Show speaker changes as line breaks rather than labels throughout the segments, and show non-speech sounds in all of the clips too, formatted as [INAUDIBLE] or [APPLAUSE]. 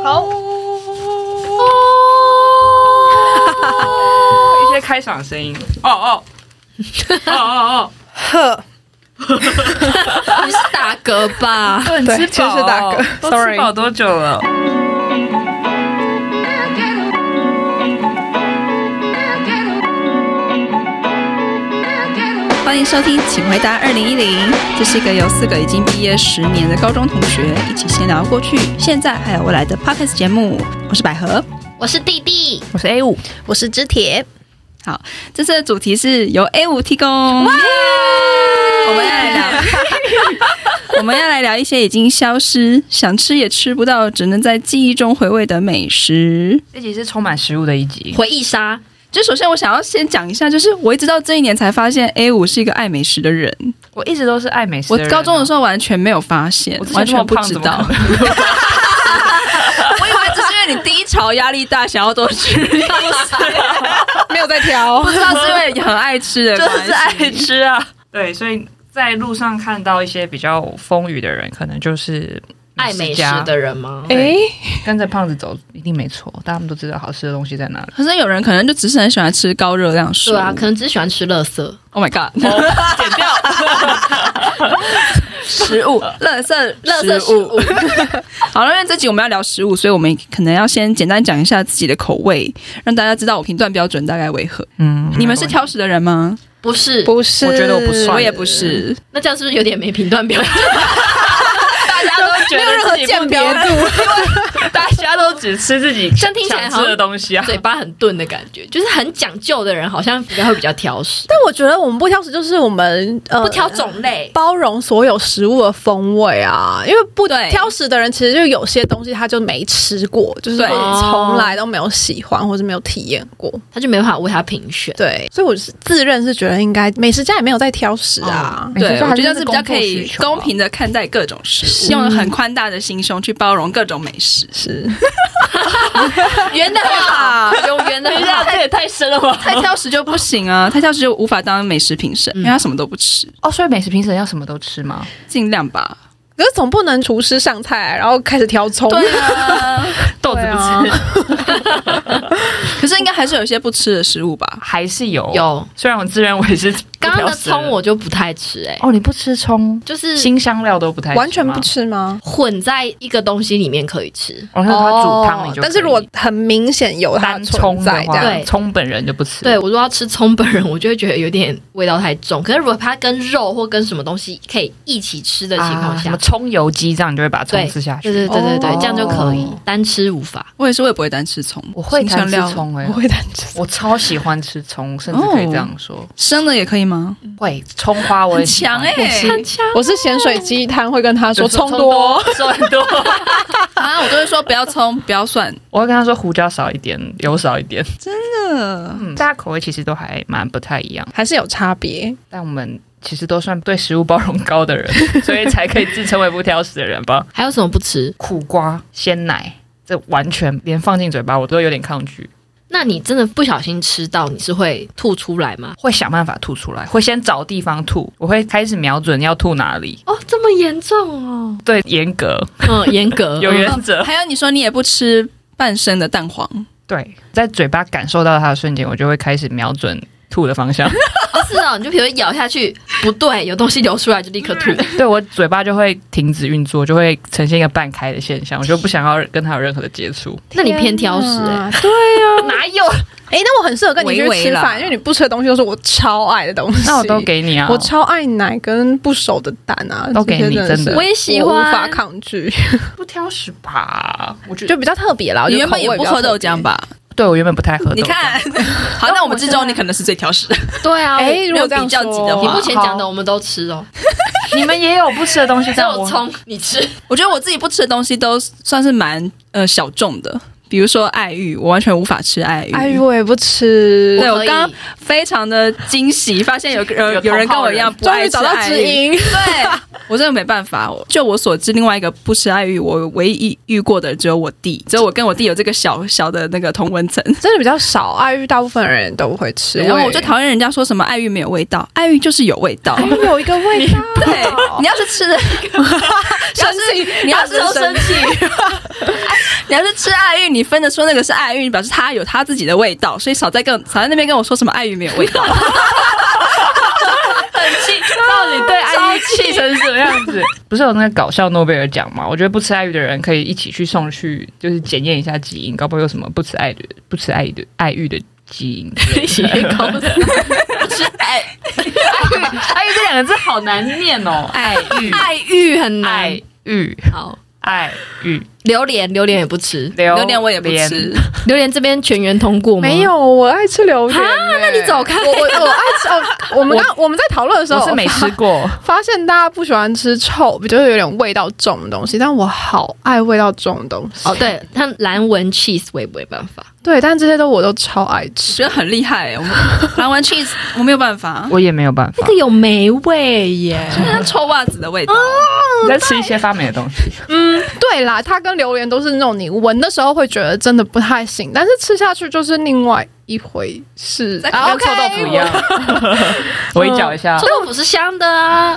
好，
哦 [LAUGHS] 一些开场声音。哦哦， [LAUGHS] 哦哦 [LAUGHS]
呵，
你是打嗝吧
哦，？很
对
吃
其实
饱
是打嗝
哦都
sorry
吃饱多久了？
欢迎收听《请回答二零一零》，这是一个由四个已经毕业十年的高中同学一起闲聊过去、现在还有未来的 podcast 节目。我是百合。
我是弟弟，
我是 A 五，
我是知铁，
好，这次的主题是由 A 五提供。我们要
[LAUGHS]
来聊，我们要来聊一些已经消失、想吃也吃不到，只能在记忆中回味的美食。
这集是充满食物的一集。
回忆杀，
就首先我想要先讲一下，就是我一直到这一年才发现 A 五是一个爱美食的人。
我一直都是爱美食
我
人啊。
高中的时候完全没有发现
我之，前
完全不知
这么
道
胖。
[LAUGHS] 我以为只是因为你低潮压力大，想要多吃，
[LAUGHS] 没有在挑
不，知道是因为很爱吃
[LAUGHS]
的
怎么可
关
能就是
系。
爱吃啊。对，所以在路上看到一些比较丰腴的人，可能就是
爱美食
家
的人吗？
哎，
跟着胖子走一定没错，大家们都知道好吃的东西在哪里。
可是有人可能就只是很喜欢吃高热量食物。
对啊，可能只是喜欢吃垃圾。
Oh my god！剪
哦
掉食物， [LAUGHS] 垃圾，
垃圾食
食物。好了，因为这集我们要聊食物，所以我们可能要先简单讲一下自己的口味，让大家知道我评断标准大概为何。
[LAUGHS] 嗯，
你们是挑食的人吗？[LAUGHS]
不是，
不是，
我觉得我不算
我也不是，
那这样是不是有点没评断标 [LAUGHS] 准？
大家都觉
没有任
得
何
自己不
鉴别
挑，
度，
大家都只吃自己
这样听起来
想吃的东西啊。
嘴巴很钝的感觉，就是很讲究的人，好像比较会比较挑食，
但我觉得我们不挑食，就是我们呃
不挑种类。
包容所有食物的风味啊，因为不
对
挑食的人，其实就有些东西他就没吃过，就是
对
或者从来都没有喜欢或者没有体验过。
他就没办法为他评选。
对，所以我是自认是觉得应该美食家也没有在挑食啊。
美食
对，
家
我觉
真
得这
的
是
是
比较可
工
以
作需求啊
公平的看待各种食物，嗯用很宽大的心胸去包容各种美食。
是，
圆的很 [LAUGHS] 好，有圆的很好。
这也太深了吧！
太挑食就不行啊，太挑食就无法当美食评审，因为他什么都不吃，
哦，所以美食评审要什么都吃吗？
尽量吧。
可是总不能厨师上菜然后开始挑葱，
啊，
豆子
对
不
啊
吃，
可是应该还是有一些不吃的食物吧？
[LAUGHS] 还是有。
有
虽然我自认 [LAUGHS] 为是哦不
刚
挑
刚的
食人
葱，我就不太吃，哎，
哦，你不吃葱，
就是
新香料都不太
完全
吗
不。吃吗？
混在一个东西里面可以吃。
我看它煮汤，你就可以
哦但是如果很明显有它
单葱的
存在这
话，
样，
对
葱本人就不吃。
对，我如果要吃葱本人，我 [LAUGHS] 就会觉得有点味道太重。可是如果它跟肉或跟什么东西可以一起吃的情况
啊，什
下，
么葱油鸡这样，你就会把葱
对
吃下去。
对对对对对，这样就可以
哦
单吃无法。
我也是，我也不会单吃葱，
我会
新
单
香
吃
料
葱哎
我，会单吃。
我超喜欢吃葱，甚至可以这样
哦
说，
生的也可以吗？
会葱花我也喜欢
很强
我
欸
是
强
我是咸水鸡摊会跟哎他说
就是
葱多，，
葱 [LAUGHS] 多。
啊，我都会说不要 [LAUGHS] 葱，不要蒜，
我会跟他说胡椒少一点，油少一点。
真的。
嗯，大家口味其实都还蛮不太一样，
还是有差别。
但我们其实都算对食物包容高的人，所以才可以自称为不挑食的人吧。
[LAUGHS] 还有什么不吃？
苦瓜、鲜奶，这完全连放进嘴巴我都有点抗拒，
那你真的不小心吃到，你是会吐出来吗？
会想办法吐出来，会先找地方吐，我会开始瞄准要吐哪里。
哦，这么严重哦。
对，严格
嗯，严格
[LAUGHS] 有
嗯
原则。
还有你说你也不吃半生的蛋黄，
对，在嘴巴感受到它的瞬间，我就会开始瞄准吐的方向。
哦是哦，你就比如咬下去不对，有东西流出来就立刻吐。
[LAUGHS] 对我嘴巴就会停止运作，就会呈现一个半开的现象，我就不想要跟它有任何的接触。
那你偏挑食哎、
啊对啊，
哪有？
哎、那我很适合跟你去
微微
吃
啦
饭，因为你不吃的东西都是我超爱的东西。
那我都给你啊，
我超爱奶跟不熟的蛋啊，
都给你
这些的
真
是
的
我也喜
我无法
欢，
抗拒，
不挑食吧？我觉得
就比较特别啦。我
你
觉得
原本也
口味
不
比较
喝
特
豆
别
浆？吧？
对我原本不太喝豆浆。
你看， [LAUGHS] 好，那我们之中你可能是最挑食的。
对啊，
哎、如果这样
比较急的
你
话
目前讲的
好
我们都吃哦，
[LAUGHS] 你们也有不吃的东西，
[LAUGHS] 只
但
有
我
葱你吃。
我觉得我自己不吃的东西都算是蛮呃小众的，比如说爱玉，我完全无法吃爱玉。
哎呦，我也不吃。
嗯对
我
我
可以
刚刚非常的惊喜，发现有个有
有
有人跟
同好
我一
人
样不
终
爱
于
吃
找到
爱
知
玉。
音，
对 [LAUGHS] 我真的没办法。我就我所知，另外一个不吃爱玉，我唯一遇过的只有我弟，只有我跟我弟有这个小小的那个同温层。
真的比较少。爱玉大部分人都不会吃，
然后我就
讨
讨厌人家说什么爱玉没有味道，爱玉就是有味道。
厌哎有一个味道。
[LAUGHS] 对，你要是吃的， [LAUGHS] 要是你哦要是
都生气，
[LAUGHS] 你要是吃爱玉，你分得出那个是爱玉，表示它有它自己的味道，所以少在跟少在那边跟我说什么爱玉没有味道。
[LAUGHS] 很气，
到底对爱玉气成什么样子？ [LAUGHS] 不是有那个搞笑诺贝尔奖吗？我觉得不吃爱玉的人可以一起去送去，就是检验一下基因，搞不好有什么不吃爱的、不吃爱的爱玉的基因之类的。
搞不懂不吃爱
爱玉这哎两个字好难念哦，爱玉，
爱玉很难
爱。玉，
好，
爱玉，
榴莲榴莲也不吃，
榴
榴莲我也不吃，
榴莲这边全员通过吗？
没有，我爱吃榴莲、欸。那
你走开
我我我爱吃。哦，我们刚我们在讨论的时
我
候
是没吃过。
发现大家不喜欢吃臭，就是有点味道重的东西，但我好爱味道重的东西。
哦，对，他蓝纹 cheese 我也没办法，
对，但这些都我都超爱吃
[LAUGHS] 觉。得很厉害、欸。我们蓝纹 cheese 我没有办法，
我也没有办法 [LAUGHS]
那个，有霉味耶，
就像臭袜子的味道。
你在吃一些发霉的东西。
嗯，对啦，它跟榴莲都是那种你闻的时候会觉得真的不太行，但是吃下去就是另外一回事。
在
啊
跟臭豆
OK，
腐
不一 [LAUGHS] 样，我一搅一下
臭。豆腐是香的啊，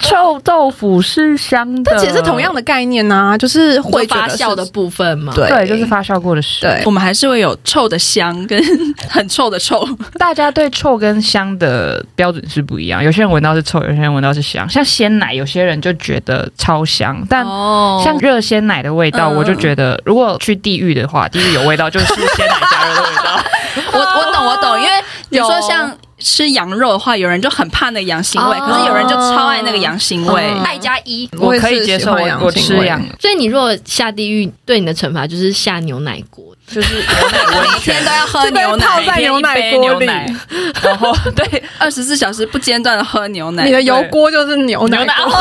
臭豆腐是香的，
但其实是同样的概念呐、就是会
会
觉
发
得是
酵的部分嘛。
对，
对，就是发酵过的食物。
对
我们还是会有臭的香跟很臭的臭，
大家对臭跟香的标准是不一样，有些人闻到是臭，有些人闻到是香。像鲜奶，有些人就觉得超香，但
哦
像热鲜奶的味道，
嗯
我就觉得如果去地狱的话，地狱有味道就是鲜奶加热的味道。 [LAUGHS]
我我懂我懂，因为比如说
有
像吃羊肉的话，有人就很怕那个羊腥味，
哦
可是有人就超爱那个羊腥味。
嗯
爱加一，
我
我
也是
可以接受，
喜欢羊
我我
腥
吃
味
羊
所以你如果下地狱，对你的惩罚就是下牛奶锅，
就是牛奶温泉，
都要喝牛
[LAUGHS]
奶，
泡在牛奶
每天一杯
锅
牛
里
奶，
然后对
二十四小时不间断的喝牛奶。
你的油锅就是牛奶
牛奶
锅， [LAUGHS]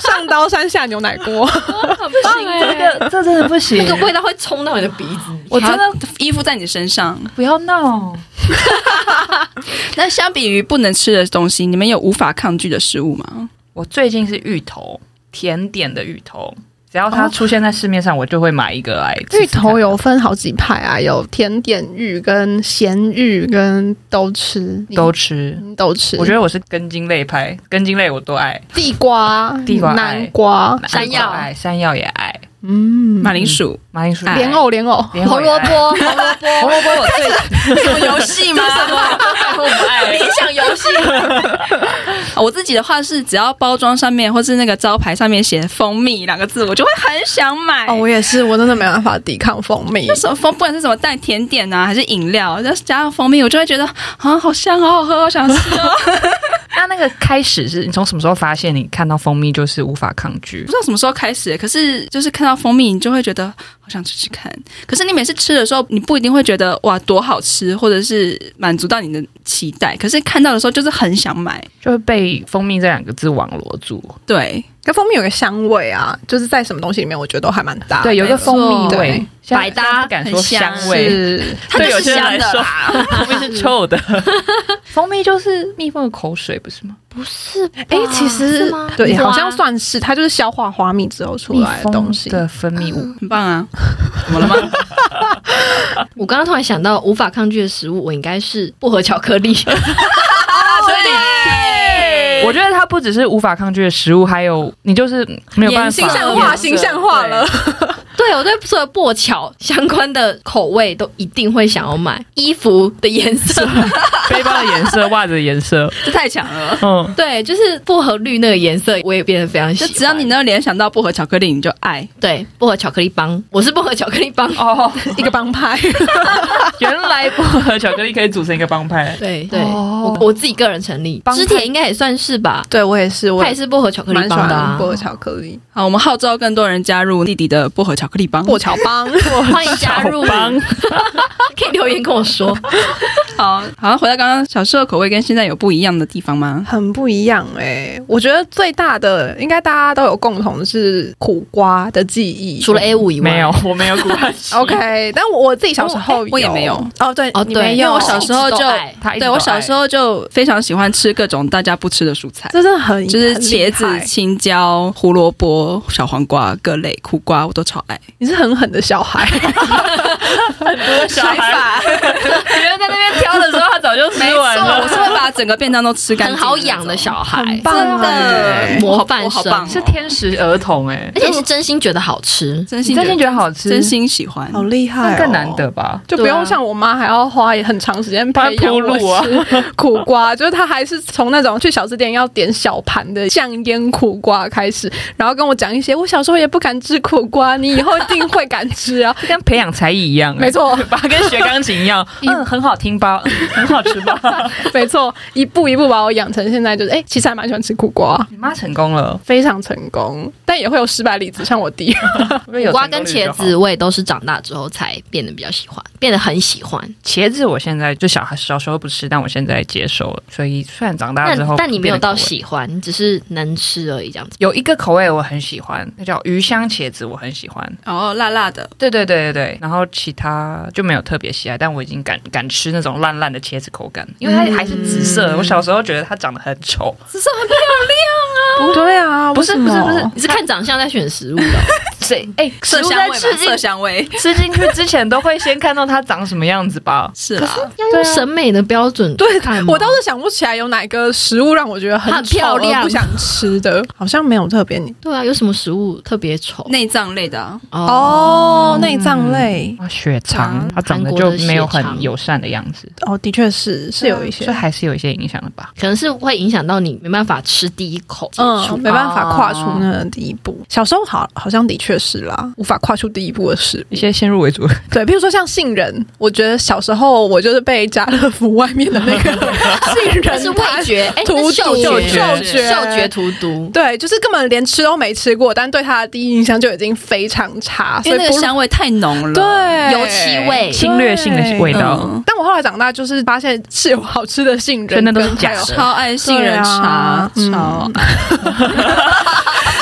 上刀山下牛奶锅。
很棒
这个这真的不行
那，个味道会冲到你的鼻子里。
我真的
依附在你身上。
不要闹。
那相比于不能吃的东西，你们有无法抗拒的食物吗？
我最近是芋头甜点的芋头，只要它出现在市面上，我就会买一个来吃吃
芋头
看
有分好几派啊，有甜点芋、跟咸芋、跟都吃，你
都吃。
你都吃。
我觉得我是根茎类派，根茎类我都爱，
地瓜、
地瓜哎
南瓜，
山药
南瓜爱，山药也爱，
嗯，
马铃薯，
马铃薯也爱
啊莲，藕莲藕，
哎莲
红
藕也
萝
爱，
卜，红萝卜，
[LAUGHS] 红萝卜
[LAUGHS]
我最
什么游戏吗？什么？
理想游戏，
[LAUGHS] 我自己的话是，只要包装上面或是那个招牌上面写“蜂蜜”两个字，我就会很想买。
哦，我也是，我真的没办法抵抗蜂蜜
那。什么蜂，不管是什么蛋甜点啊，还是饮料，再加上蜂蜜，我就会觉得啊，好香，好好喝，好想吃哦。
那那个开始是你从什么时候发现你看到蜂蜜就是无法抗拒
不？知道什么时候开始，可是就是看到蜂蜜，你就会觉得好想吃吃看。可是你每次吃的时候，你不一定会觉得哇多好吃，或者是满足到你的期待。可是看到的时候，就是很想买。
就会被蜂蜜这两个字网罗住。
对，
跟蜂蜜有个香味啊，就是在什么东西里面，我觉得都还蛮搭的。
对，有一个蜂蜜
啊对
味，现在
百搭
现在不敢说
很香
香味，
是
它
对
就
有
是
些人
香
来
的
说啊
啦。
蜂蜜是臭的。蜂蜜就是蜜蜂的口水，不是吗？
哎、其实对，
花
好像算是它就是消化花蜜之后出
蜜
来的
蜂
东西。
的分泌物，
很棒啊！怎么了吗？
我刚刚突然想到，无法抗拒的食物，我应该是薄荷巧克力。 [LAUGHS]
我觉得它不只是无法抗拒的食物，还有你就是没有办
眼
法
睛上
形象化，形象化了。
对，我对所有薄巧相关的口味都一定会想要买。衣服的颜色，
背包的颜色、袜子的颜色，
这太强 [LAUGHS] 了！
嗯，
对，就是薄荷绿那个颜色，我也变得非常喜
就
欢。
只要你能联想到薄荷巧克力，你就爱。
对薄荷巧克力帮，我是薄荷巧克力帮。
哦，
[LAUGHS] 一个帮派，
[LAUGHS] 原来薄荷巧克力可以组成一个帮派，
对对，
哦
我我自己个人成立，
帮派
织铁应该也算是吧，
对我也是，我
它也是薄荷巧克力
蛮喜
帮的、啊
欢。薄荷巧克力。
好，我们号召更多人加入弟弟的薄荷巧克力帮。
过桥帮，
[LAUGHS] 欢迎加入， [LAUGHS] 可以留言跟我说。
好，好，回到刚刚小时候的口味跟现在有不一样的地方吗？
很不一样哎、我觉得最大的应该大家都有共同的是苦瓜的记忆，
除了 A 五以外，
没有，我没有古巴西
[LAUGHS] OK，但我自己小时候
我我也没有
哦，对
哦，
你
对，
没
因为
有
我小时候就
一直都
哎
爱
他一直
对
都
我
爱
小时候就非常喜欢吃各种大家不吃的蔬菜，
这真的很
就是
很厉
茄子、
害
青椒、胡萝卜、小黄瓜、各类苦瓜，我都超爱。
你是很狠的小孩，
小孩，你们在那边挑的时候，他早就吃完
我
了。
是会把整个便当都吃干
很
净，
好养的，小孩
很，棒
真
哎
的
模范
我好
生
棒哦，
是天使儿童哎、
而且是真心觉得好吃。
真
你
心
真
觉
心
得
觉得好吃，
真心喜欢，
好厉害、
那更难得。吧？
就不用像我妈还要花很长时间培养我
帮她
吃 [LAUGHS] 苦瓜，就是她还是从那种去小吃店要点小盘的酱腌苦瓜开始，然后跟我讲一些我小时候也不敢吃苦瓜，你以后一定会敢吃啊！ [LAUGHS]
跟培养才艺一样、哎
没，错，
把它跟学钢琴一样，嗯，很好听吧， [LAUGHS] 嗯很好吃吧。
[LAUGHS] 没错，一步一步把我养成现在，就是哎、其实还蛮喜欢吃苦瓜，
你妈成功了，
非常成功，但也会有失败例子，像我弟。
苦
瓜跟茄子，我也都是长大之后才变得比较喜欢，变得很喜欢。
茄子我现在就小孩小时候不吃，但我现在接受了，所以虽然长大之
但
后，
但你没有到
喜。
喜欢，你只是能吃而已，这样子。
有一个口味我很喜欢，那叫鱼香茄子，我很喜欢。
哦，辣辣的，
对对对对对，然后其他就没有特别喜爱，但我已经敢敢吃那种烂烂的茄子口感，因为它还是紫色的。我小时候觉得它长得很丑，
只是很漂亮。
对啊，
不是
为什么
不是不是
你是看长相在选食物
[LAUGHS]
的，哦
谁哎，
色
食物
香
在
味
吃
吧，色
进
香味？
吃进去之前都会先看到它长什么样子吧
是啊啦，
要用审美的标准
啊对
看，吗
我倒是想不起来有哪个食物让我觉得很
很漂
丑而
亮
不想吃的，好像没有特别你
对啊，有什么食物特别丑？
内脏类的啊，
哦，内脏类
啊，血肠
肠，
它长得
韩国
就
的
没有
血肠
很友善的样子，
哦，的确是是有一些
所以，还是有一些影响的吧。
可能是会影响到你没办法吃第一口。
嗯，没办法跨出那个第一步。小时候好好像的确是啦，无法跨出第一步的食物
一。些先入为主，
对，譬如说像杏仁，我觉得小时候我就是被家乐福外面的那 [LAUGHS] 个
那
杏仁
是味
摊
觉，哎，
荼
那是嗅
毒
觉，
嗅
觉
嗅觉荼毒。
对，就是根本连吃都没吃过，但对它的第一印象就已经非常差，
因
所以
为那
不
个香味太浓了。
对
油漆味
侵略性的味道。
嗯，
但我后来长大，就是发现是有好吃的杏
所以
仁，
那都是假的
超爱杏仁茶，
对啊
超
[LAUGHS]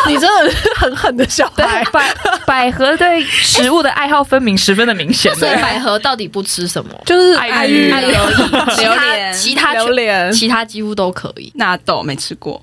你真的是很狠的小孩
对，。百百合对食物的爱好分明，十分的明显。
所以百合到底不吃什么？
就是
爱玉
[LAUGHS] 玉、
爱而已，
榴莲
其他
榴
嗯
莲
其他几乎都可以。
纳豆没吃过，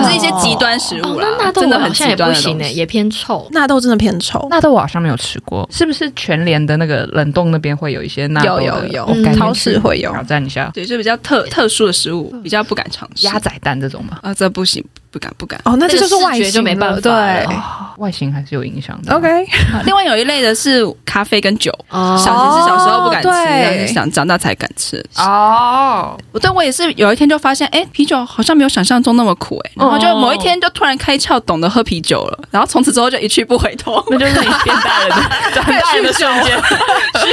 [LAUGHS] 就是一些极端食
哦
物，
那
啦
纳，豆
真的
我好
很
像
极
也
端
不
的
行欸
东
诶，
西。
也偏臭。
纳豆真的偏臭，
纳豆我好像没有吃过，是不是全联的那个冷冻那边会有一些纳豆的？哦
有有有
我改天去
超市会有
挑战一下
对，就比较
[LAUGHS]
特特殊的食物，比较不敢尝试。
鸭仔蛋这种吧。
啊，这不行，不敢不敢。
哦，那这就是
那
外
个视觉就
形
没办
了，
法
对
了
外形还是有影响的。
，OK，
[LAUGHS] 另外有一类的是咖啡跟酒，
哦
小学是小时候不敢吃，
哦
然
对
后就想长大才敢吃。
哦，
我对我也是有一天就发现，哎，啤酒好像没有想象中那么苦哎，然后就
哦
某一天就突然开窍，懂得喝啤酒了，然后从此之后就一去不回头。 [LAUGHS]
那就是你变大人的长大人的瞬间，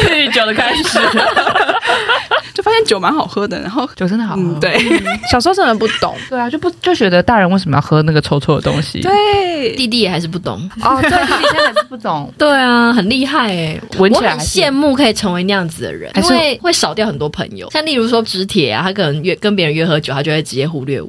酗酒的开始。 [LAUGHS]
就发现酒蛮好喝的，然后
酒真的好喝
嗯，。对
小时候真的不懂，
对啊，就不就觉得大人为什么要喝那个臭臭的东西？
对，
弟弟也还是不懂。
哦， [LAUGHS] 对，自己现在还是不懂。
对啊，很厉害哎、
闻
我
起来
很
还是
羡慕可以成为那样子的人，
还
因
是
为会少掉很多朋友。像例如说直铁啊，他可能约跟别人约喝酒，他就会直接忽略我。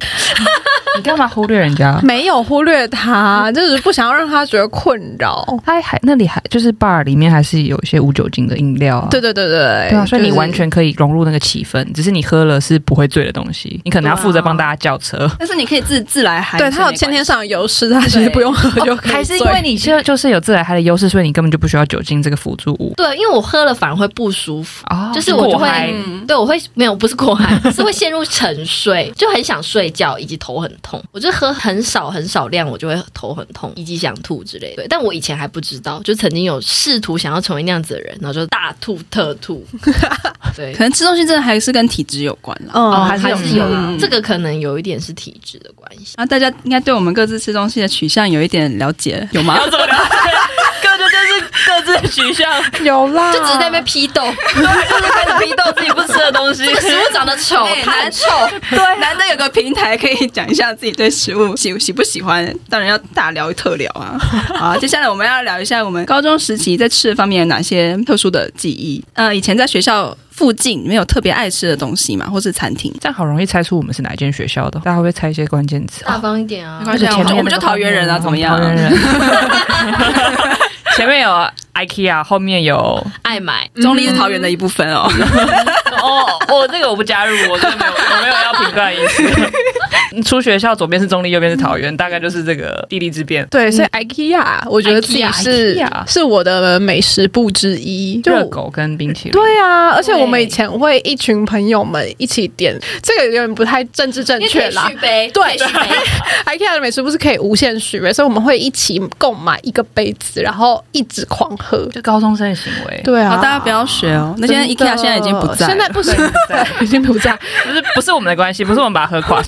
你干嘛忽略人家？
没有忽略他，就是不想要让他觉得困扰。
它还那里还就是 bar 里面还是有一些无酒精的饮料啊。
对对对对，
对啊，所以
就是
你完全可以融入那个气氛，只是你喝了是不会醉的东西，你可能要负责帮大家叫车。
但是你可以自自来嗨，
对他有
是
先
没关
天
系
上的优势，他其实不用喝就可以醉，
还是因为你就就是有自来嗨的优势，所以你根本就不需要酒精这个辅助物
对，因为我喝了反而会不舒服。
哦
就是我就
过
会
嗨
嗯，
对，我会没有不是过嗨， [LAUGHS] 是会陷入沉睡，就很想睡觉，以及头很痛。我就喝很少很少量，我就会头很痛，以及想吐之类的。对但我以前还不知道，就曾经有试图想要成为那样子的人，然后就大吐特 [LAUGHS] 吐。
[LAUGHS]
对
可，能吃东西真的还是跟体质有关啦。
嗯
哦，
还是
还
有
是有啦
嗯
这个可能有一点是体质的关系。
啊，大家应该对
[LAUGHS]
我们各自吃东西的取向有一点了解，有吗？
各自就是各自取向，
有啦，
就只是在那边批 [LAUGHS] 斗，就是开始批斗自己不吃的东西。这个食物长得丑，
哎 [LAUGHS]
它很
难
丑，
对，啊难得有个平台可以讲一下自己对食物喜喜不喜欢，当然要大聊特聊 [LAUGHS] 啊。好，接下来我们要聊一下我们高中时期在吃的方面有哪些特殊的记忆。呃，以前在学校附近没有特别爱吃的东西嘛，或是餐厅。
[LAUGHS] 这样好容易猜出我们是哪一间学校的，大家会不会猜一些关键词？
大方一点啊
没。关系啊，我
前
们
面
就我们就
那个
桃园人啊，
后面
怎么样
桃？园人。前面有 IKEA，后面有
爱买，
中立是桃园的一部分哦。
哦，我、这个我不加入，我真的没有，我没有要评断意思。 [LAUGHS] 出学校左边是中立，右边是桃园，大概就是这个地利之变。
对，所以
嗯
IKEA 我觉得自己
IKEA
是
IKEA
是我的美食部之一，就
热狗跟冰淇淋，
对啊，而且我们
对
以前会一群朋友们一起点，这个有点不太政治正
因为可
确
以
啦
续。杯，
对
可以续 [LAUGHS] 杯
IKEA 的美食不是可以无限续杯，所以我们会一起购买一个杯子，然后一直狂喝。
就高中生的行为，
对
[LAUGHS]
啊，
好，大家不要学哦。那现在
真
IKEA
的
现在已经不在了，
现在不行，
[LAUGHS]
对已经不 [LAUGHS] 在。
不是不是我们的关系，不是我们把它喝 [LAUGHS] 垮。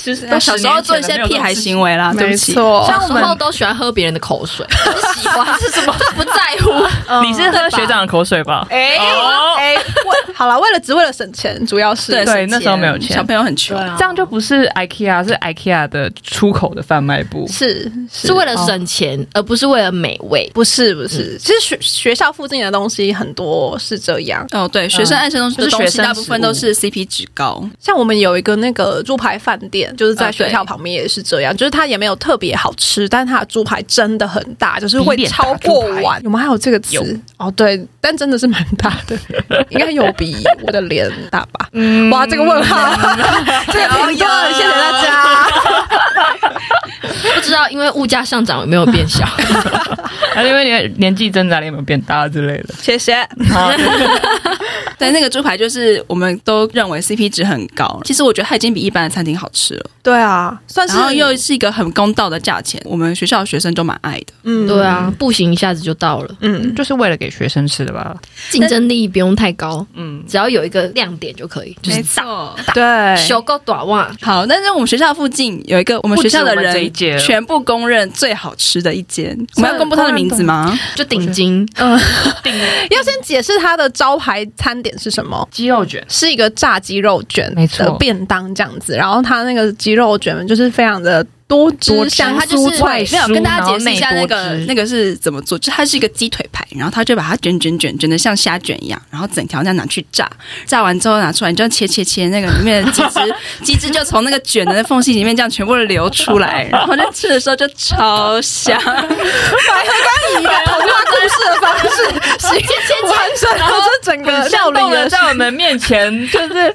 其实
小时候做一些屁孩行为啦，啊对
没
不起。
错，
小时候都喜欢喝别人的口 [LAUGHS] 水，很喜欢是什么？就不在乎。 [LAUGHS]
你是喝学长的口水吧？
哎
哦
哎，为好了，为了只为了省钱，主要是
对
对
省
那时候没有钱
小朋友很穷。
啊
这样就不是 IKEA，是 IKEA 的出口的贩卖 [LAUGHS] 部。
是
是哦为了省钱，而不是为了美味。
不是不
嗯
是，其实学学校附近的东西很多是这样，
哦，对，学生爱吃东西
就
的
是
东
学
西，
生
大部分
食物
都是 CP 值高。
像我们有一个那个猪排饭店，就是在
啊
学校
对
旁边也是这样，就是它也没有特别好吃，但它的猪排真的很大，就是会
比脸大
超过
猪排
碗。我们还有这个词
有
哦，对，但真的是蛮大的，应该有比我的脸大吧？哇，这个问号，嗯这个评论，谢谢大家。
不知道因为物价上涨有没有变 [LAUGHS] 小？
还啊是因为年年纪增长，你有没有变大之类的？
谢谢。
啊，
[LAUGHS] 对，那个猪排就是我们都认为 CP 值很高，其实我觉得它已经比一般的餐厅好吃了，
对啊，算
然后
是
又是一个很公道的价钱，我们学校的学生都蛮爱的。
嗯
对，啊，步行一下子就到了，
嗯，
就是为了给学生吃的吧？
竞争力不用太高，
嗯，
只要有一个亮点就可以。就是
错。
对，
修够短袜，
好，但是我们学校附近有一个我们
不
学
止
校的
我们这一
人
届
全部公认最好吃的一间，我们要公布它的名字吗？
就顶金。
要先解释它的招牌餐点是什么。
鸡肉卷，
是一个炸鸡肉卷
没错
的便当这样子，然后它那个鸡肉卷就是非常的多汁
多汁
香
它就
酥
是
脆
快
没有
速
跟大家
然后
解释一下
内多
那个
汁
那个是怎么做，就它是一个鸡腿排，然后它就把它卷卷卷卷的像虾卷一样，然后整条这样拿去炸，炸完之后拿出来，你就切切切，那个里面的鸡汁鸡汁就从那个卷的缝隙里面这样全部流出来，然后在吃的时候就超香， [LAUGHS]
以一个童话故事的方式形容完整， [LAUGHS] 然后这整个料
像
理
动
的
了呃在我们面 [LAUGHS] 前，就是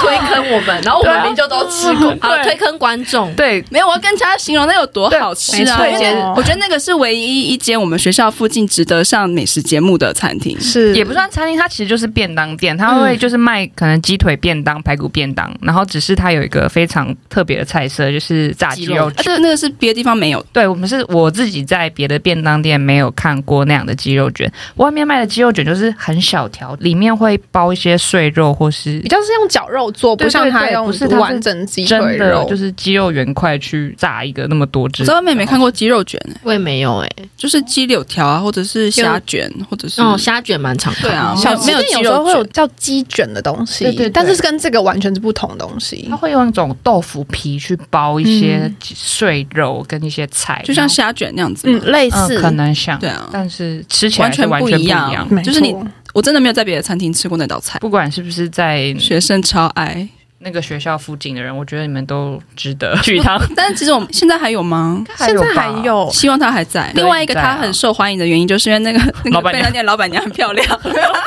推坑我们，然后我
对啊
们明就都吃过。好了，
[LAUGHS] 对，
推坑观众
对
没有，我要跟大家形容那有多好吃啊！
对
我
没错
觉得我觉得那个是唯一一间我们学校附近值得上美食节目的餐厅。
是
也不算餐厅，它其实就是便当店，它会就是卖可能鸡腿便当、排骨便当，然后只是它有一个非常特别的菜色，就是炸鸡肉
啊，
卷。
对，那个是别的地方没有的，
对我们是我自己在别的便当店没有看过那样的鸡肉卷，外面卖的鸡肉卷就是很小条，里面会包一些碎肉或是
比较是用绞肉做，
对
不像它
对对
用
不是它是
完整鸡
真
腿
的
肉，
就是鸡肉圆块去炸一个那么多
我
只
在。外面也没看过鸡肉卷、欸
我也没有哎。
就是鸡柳条啊，或者是虾卷，或者是
哦，虾卷蛮常看
对啊，
小
没有
吃店
鸡
哦有时候
肉
会有
卷，
叫鸡卷的东西，
对对对
但是跟这个完全是不同的东西
它。会用一种豆腐皮去包一些
嗯
碎肉跟一些菜，
就像虾卷那样子
嗯
嘛。，
类
然后
似
嗯，可能像
对啊，
但是吃起来是
完
完
全
全不
不一
一
样
样。
没
就是你
错
我真的没有在别的餐厅吃过那道菜，
不管是不是在
学生超爱。
那个学校附近的人，我觉得你们都值得去一趟。
但是其实我们现在还有吗？
现在还
[LAUGHS]
有
希望它还在。另外一个
在啊
它很受欢迎的原因，就是因为那个那
老
个
板娘
便当店老板娘很漂
[LAUGHS]
亮，
[LAUGHS]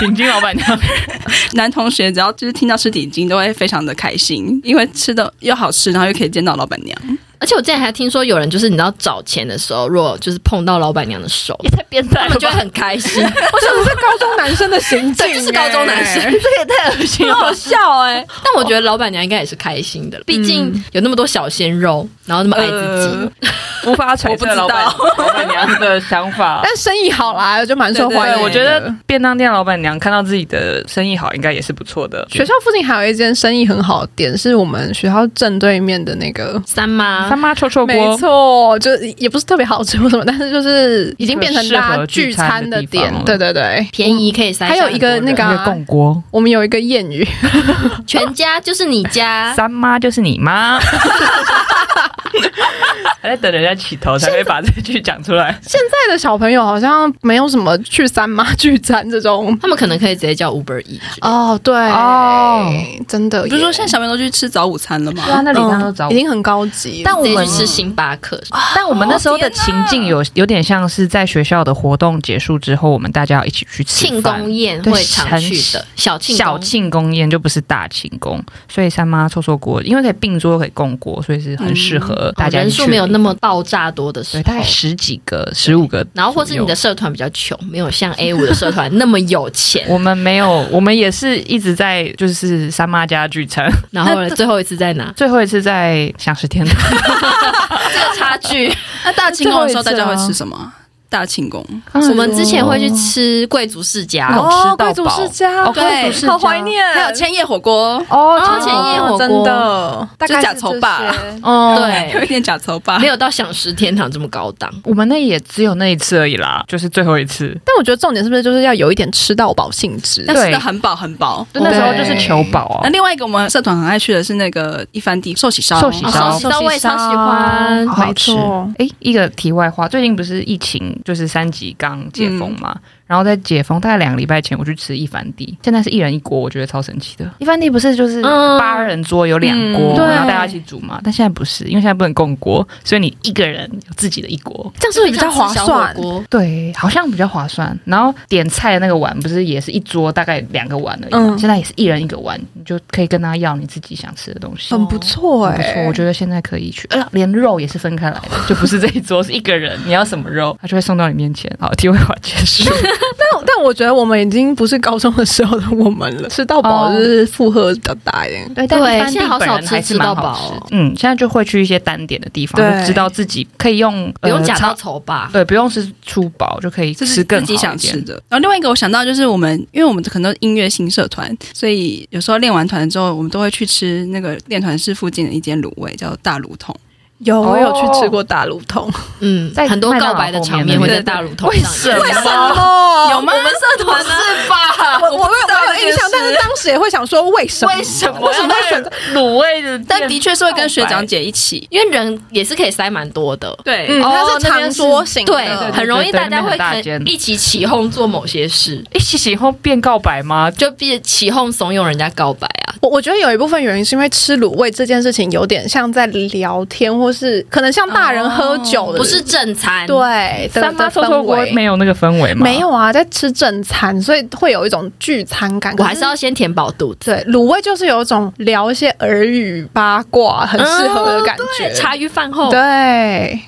顶金老板娘，
男同学只要就是听到吃底筋，都会非常的开心，因为吃的又好吃，然后又可以见到老板娘。
而且我之前还听说有人就是你知道找钱的时候，如果就是碰到老板娘的 [LAUGHS] 手，
也太变态
他
了
们就会
吧！
很开 [LAUGHS] 心。
我想是高中男生的行径，
就是高中男生，
哎
这也太恶
[LAUGHS]
心了。
笑哎、
但我觉得老板娘应该也是开心的，嗯毕竟有那么多小鲜肉，然后那么爱自
呃
己。
无法揣测老板
我
老板娘的想法。
[LAUGHS] [LAUGHS] 但生意好啦，就蛮受
对对
欢迎
对，
的。
我觉得便当店老板娘看到自己的生意好，应该也是不错的。
学校附近还有一间生意很好的店，是我们学校正对面的那个
三妈
吗？
三妈臭臭
没
锅。
错，就是也不是特别好吃或什么，但是就是已经变成大家聚餐的
一个适合聚餐的地
点
方了。
对对对，
便宜可以塞下
还
很多人。
有一个那个
一
啊
个共锅，
我们有一个谚语，
全家就是你
[LAUGHS]
家，
三妈就是你妈，还在等人家起头才会把这句讲出来。
现在的小朋友好像没有什么去三妈聚餐这种。
他们可能可以直接叫 Uber E。
哦，对，
哦
真的耶，
不是说现在小朋友都去吃早午餐了吗？
对啊，那
嗯
里那都找
已经很高级了，
但我
直接
们
去吃星巴克，
但我们那时候的情境有有点像是在学校的活动结束之后，我们大家要一起去吃
庆
饭
功宴
对
会常去的小庆
小
功
庆功宴，就不是大庆功，所以三妈臭臭锅，因为可以并桌可以共锅，所以是很适合大家、
哦人数没有
么
那么爆炸多的时
对，
候，
大概十几个、十五个，
然后或是你的。社团比较穷，没有像 A 五的社团那么
[LAUGHS]
有钱，
我们没有，我们也是一直在就是三妈家聚餐， [LAUGHS]
然后呢最后一次在哪？
最后一次在享食 [LAUGHS] 天堂，
这个差距，
哎
那大庆功的时候大
最后一
家
次啊
会吃什么啊？大庆功，
我们之前会去吃贵族世家，
那种吃
哦，
到
贵族
饱
世家，
哦
贵族
对
世家
好怀念，
还有千叶火锅，
哦，
哦
前
千叶火锅
真的，大概是
假愁吧
这些
哦，
有
对，
一点假愁吧？
没有到享食天堂这么高档。
我们那也只有那一次而已啦，就是最后一次。
但我觉得重点是不是就是要有一点吃到饱性质？
但吃
对
的很饱很饱。
就那时候就是求饱
那
啊，
另外一个我们社团很爱去的是那个一番地寿喜烧，
啊寿喜
哦
烧
寿喜烧我也超喜欢
好好
没
吃
错。
哎，一个题外话，最近不是疫情，就是三级刚解封嘛，然后在解封大概两个礼拜前，我去吃一番地，现在是一人一锅，我觉得超神奇的。一番地不是就是
嗯
八人桌有两锅，
嗯对
然后大家一起煮嘛，但现在不是，因为现在不能共锅，所以你一个人有自己的一锅。
这样是不是比较划
像吃小火
算？
锅
对，好像比较划算。然后点菜的那个碗不是也是一桌大概两个碗而已嘛，
嗯
现在也是一人一个碗，你就可以跟他要你自己想吃的东西。
很不错
很不错，
哎
我，觉得现在可以去，哎呀，连肉也是分开来的，就不是这一桌是一个人，你要什么肉，他就会送到你面前。好，题外话结束。
但哦但我觉得我们已经不是高中的时候的我们了，吃到饱
哦
就是负荷比较大一点。
对，但
但对一般现在好少吃
还是
吃到
蛮好
饱
吃
哦
的。嗯，现在就会去一些单点的地方，
对
就知道自己可以用呃
不用假
超
到愁吧？
对，不用是粗饱就可以
就
吃
是
更好
自己想
一点
吃的。然后另外一个我想到就是我们，因为我们可能都是音乐新社团，所以有时候练完团之后，我们都会去吃那个练团室附近的一间卤味，叫大卤桶。
有，
哦
我有去吃过大卤桶，
嗯，
在
很多告白的场面会在
麦当
大乳头上演。
为什
么
有吗？我们社团呢？
是吧？
我我我有印象，但是当时也会想说为什么？
为什么
为什么会选择？
卤味的店，
但的确是会跟学长姐一起。
因为人也是可以塞蛮多的。
对
嗯，
哦
它是
那边
长
是
桌型的，
对，很容易
对对
大家
那
会
很大
可
间
能一起起哄做某些事，
一起喜欢变告白吗？
就变起哄怂恿人家告白啊。
我我觉得有一部分原因是因为吃卤味这件事情有点像在聊天，或是可能像大人喝酒
哦
的，
不是正餐，，
对的
三妈
的
臭
氛
臭锅
围
没有那个氛围吗？
没有啊，在吃正餐，所以会有一种聚餐感。
我
可
还是要先填饱肚子。
对卤味就是有一种聊一些耳语八卦，很适合
嗯
的感觉。
茶余饭后，
对，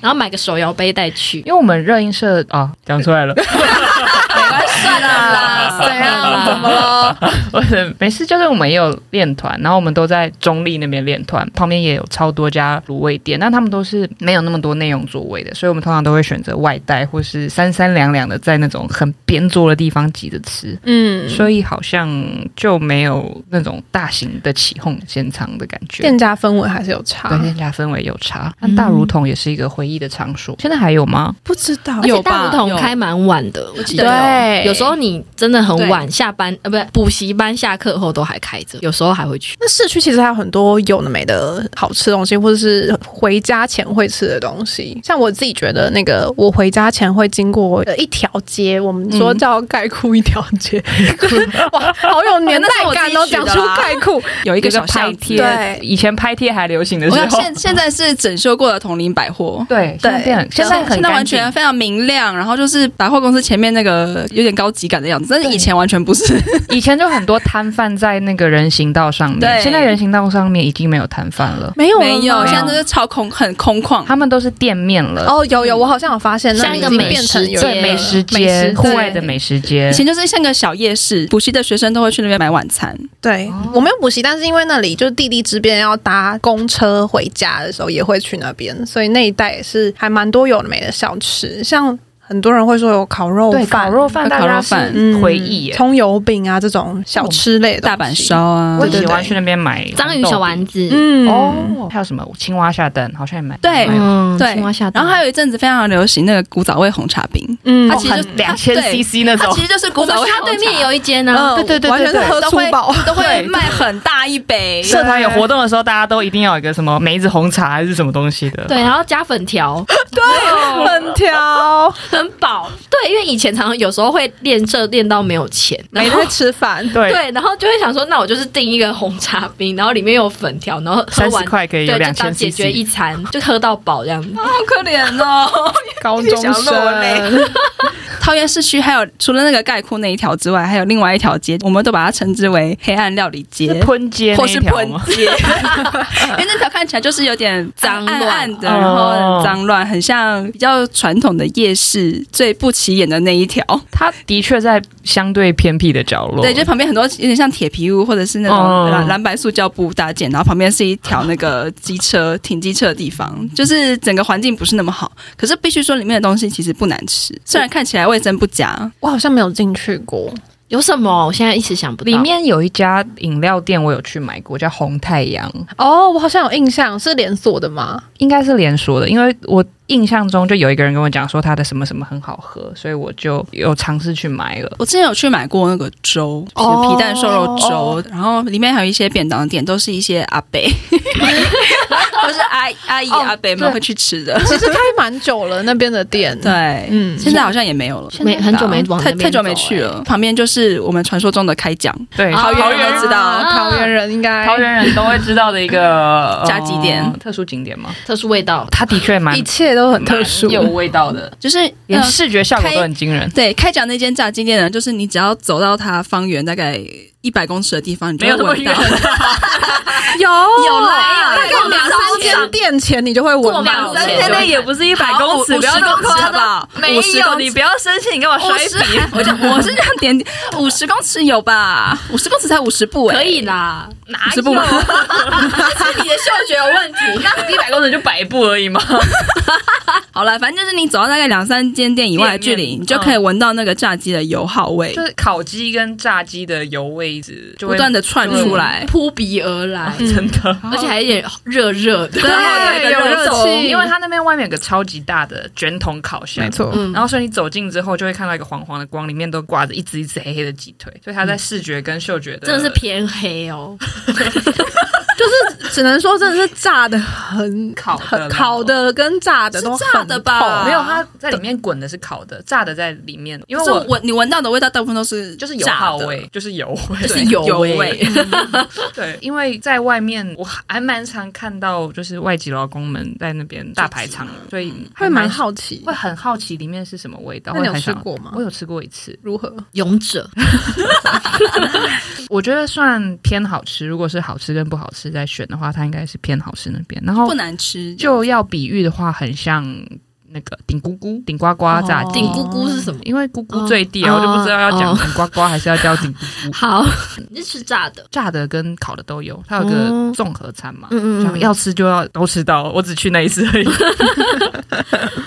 然后买个手摇杯带去。
因为我们热映社啊，讲出来了，
算了啦
啊怎样？怎么了？
我没事，就是我们也有练团，然后我们都在中立那边练团，旁边也有超多家卤味店，但他们都是没有那么多内容座位的，所以我们通常都会选择外带或是三三两两的在那种很边桌的地方挤着吃。
嗯，
所以好像就没有那种大型的起哄现场的感觉，
店家氛围还是有差
对。店家氛围有差。
嗯
但大如桶也是一个回忆的场所，现在还有吗？
不知道
而且
有吧
大不同
有
开蛮晚的，我记得
对
有有时候你真的很晚下班，呃，不是补习班下课后都还开着，有时候还会去。
那市区其实还有很多有的没的好吃的东西，或者是回家前会吃的东西。像我自己觉得，那个我回家前会经过呃一条街，我们说叫盖库一条街，哇，好有年代感
那
哦，
是我
讲
自己取的啦
出盖库。
有一个小
拍
巷
贴，
子。
对
以前拍贴还流行的
我
时
想
候，
现现在是整修过的同林百货。
对，现在变很现在很
现在完
干净
全非常明亮，然后就是百货公司前面那个有点高级感的样子，但是以前完全不是。
以前就很多摊贩在那个人行道上面，
对
现在人行道上面已经没有摊贩了，
没有了吗
没有，现在就是超空，很空旷。
他们都是店面了。
哦，有有，我好像有发现，那
像
已
一个
经
美
变成
食
有
街
对，
一个
美食
美
街，
食
户外
对
的美食街
以。前就是像个小夜市，补习的学生都会去那边买晚餐。
对，
哦
我没有补习，但是因为那里就是地利之便，要搭公车回家的时候也会去那边，所以那一带也是还蛮多有的没的小吃，像。很多人会说有烤肉
对，
饭、嗯
烤肉饭大
烤
家
肉饭
是回忆耶。
葱油饼啊这种小吃类的
大
东
阪
西
烧。啊
我，
对对
喜欢
对
去那边买
章鱼小丸子，
嗯，
哦，还有什么青蛙下蛋，好像也买
对
买
嗯，
对
青蛙下
然
蛋，
后还有一阵子非常流行那个古早味红茶冰，
嗯，
它其实就
两千
它对啊
CC 那
它
种
其，实就是古
我
早
们
味
学
红
校
茶
对面也有一间呢、
嗯
对对对
完全
对
是
对，
喝粗饱，
都会
对
卖很大一杯，
[LAUGHS] 社团有活动的时候，大家都一定要有一个什么梅子红茶还是什么东西的。
对，然后加粉
[LAUGHS]
条，
很挑，
很饱。对，因为以前常常有时候会练这练到没有钱，然
没
后
在吃饭。
对
对，然后就会想说，那我就是订一个红茶冰，然后里面有粉条，然后喝
三十
完。
块可以有
对，就
两千
当解决一
CC，
餐，就喝到饱这样子。
好可怜 [LAUGHS] 哦。
高中
想落
生
泪桃园市区还有除了那个盖库那一条之外，还有另外一条街，我们都把它称之为黑暗料理街
是。喷街
或
那
是
一
喷
条吗？
[LAUGHS] 街，因为那条看起来就是有点哦
脏
暗
乱
暗的，然后很脏乱，很像比较传统的夜市最不起眼的那一条。
它的确在相对偏僻的角落，
对，就旁边很多有点像铁皮屋，或者是那种
哦
蓝蓝白塑胶布搭建，然后旁边是一条那个机车停机车的地方，就是整个环境不是那么好。可是必须说里面的东西其实不难吃，虽然看起来卫生不佳，
我好像没有进去过，
有什么？我现在一时想不到。
里面有一家饮料店，我有去买过，叫红太阳，
哦，我好像有印象，是连锁的 [LAUGHS] 吗？
应该是连锁的，因为我印象中就有一个人跟我讲说他的什么什么很好喝，所以我就有尝试去买了。
我之前有去买过那个粥，皮
哦
皮蛋瘦肉粥，然后里面还有一些便当店，都是一些阿伯，都是阿阿姨、
哦
阿伯们会去吃的。
其实开蛮久了，那边的店。
对，
哦嗯，
现在好像也没有了。
没很久没往那
太
边
太久
走
没去
欸。
了，旁边就是我们传说中的开讲，
对，
啊
桃
桃
园
园
人
人都知道，
啊桃园人应该
哦桃园人都会知道的一个 [LAUGHS] 呃
炸鸡店
特殊景点吗？
特殊味道，
它的确蛮
一切都很特殊
蛮。有味道的，嗯
就是
连
呃
视觉效果都很惊人。
对开讲那间炸鸡店呢，就是你只要走到它方圆大概一百公尺的地方，你就
没有
会
那么
闻到
远， [LAUGHS]
有
有啦
大概
有
两
两
哎三间店前你就会闻
过
到
两三
了
间。
内也不是一百
公尺不要那么夸张
五十公尺，你不要生气，你给我
五十，我就我是这样点点，五十公尺有吧？五十公尺才五十步哎、
可以
[LAUGHS]
啦，哪
五十步吗？
是你的嗅觉有问题？
那一百公尺就百步而已嘛。
好了，反正就是你走到大概两三间店以外的距离，
店面
你就可以闻到那个炸鸡的油耗味
就，是烤鸡跟炸鸡的油味一直就
不
会
断的窜出来。
扑鼻而来，
哦 [LAUGHS] 真的。啊
而且还有点热热的。
对有热气
因为它那边外面有个超级大的卷筒烤箱，
没错，
嗯
然后所以你走近之后，就会看到一个黄黄的光，里面都挂着一只一只黑黑的鸡腿，所以它在视觉跟嗅觉的
真的是偏黑哦，
只能说真的是炸的很
烤的
很烤的跟炸的都
是炸的吧
很透
没有它在里面滚的是烤的，炸的在里面，因为
就是
我
闻你闻到的味道，大部分都是
就是油
炸
耗
的
味，就是油味，
是油
油
味
味。
对，因为在外面我还蛮常看到，就是外籍劳工们在那边大排场，所以
会蛮，好奇
会很好奇里面是什么味道。
那你有
会很想
吃过吗
我有吃过一次，
如何。
勇者
我觉得算偏好吃。如果是好吃跟不好吃在选的话，它应该是偏好吃那边。然后
不难吃，
就要比喻的话，很像那个顶咕咕、顶呱呱炸鸡。
顶咕咕是什么？
因为咕咕最低
哦
啊，我就不知道要讲顶呱呱还是要叫顶咕咕。
好， [LAUGHS] 你是吃炸的，
炸的跟烤的都有，它有个综合餐嘛，
哦嗯嗯嗯
想要吃就要都吃到，我只去那一次
[LAUGHS]
而已。